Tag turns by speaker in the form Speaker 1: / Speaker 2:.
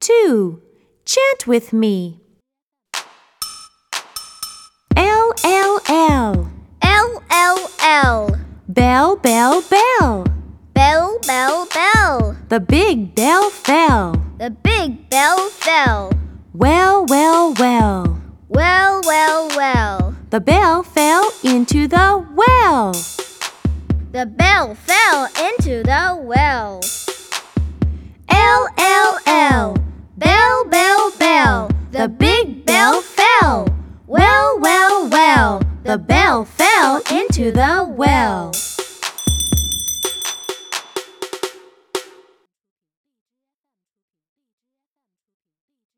Speaker 1: Two, chant with me. L, L, L.
Speaker 2: L L L.
Speaker 1: Bell, bell, bell.
Speaker 2: Bell, bell, bell.
Speaker 1: The big bell fell.
Speaker 2: The big bell fell.
Speaker 1: Well, well, well.
Speaker 2: Well, well, well.
Speaker 1: The bell fell into the well.
Speaker 2: The bell fell into the well.
Speaker 1: L, L, L.
Speaker 2: Bell, bell, bell. The big bell fell.
Speaker 1: Well, well, well. The bell fell into the well.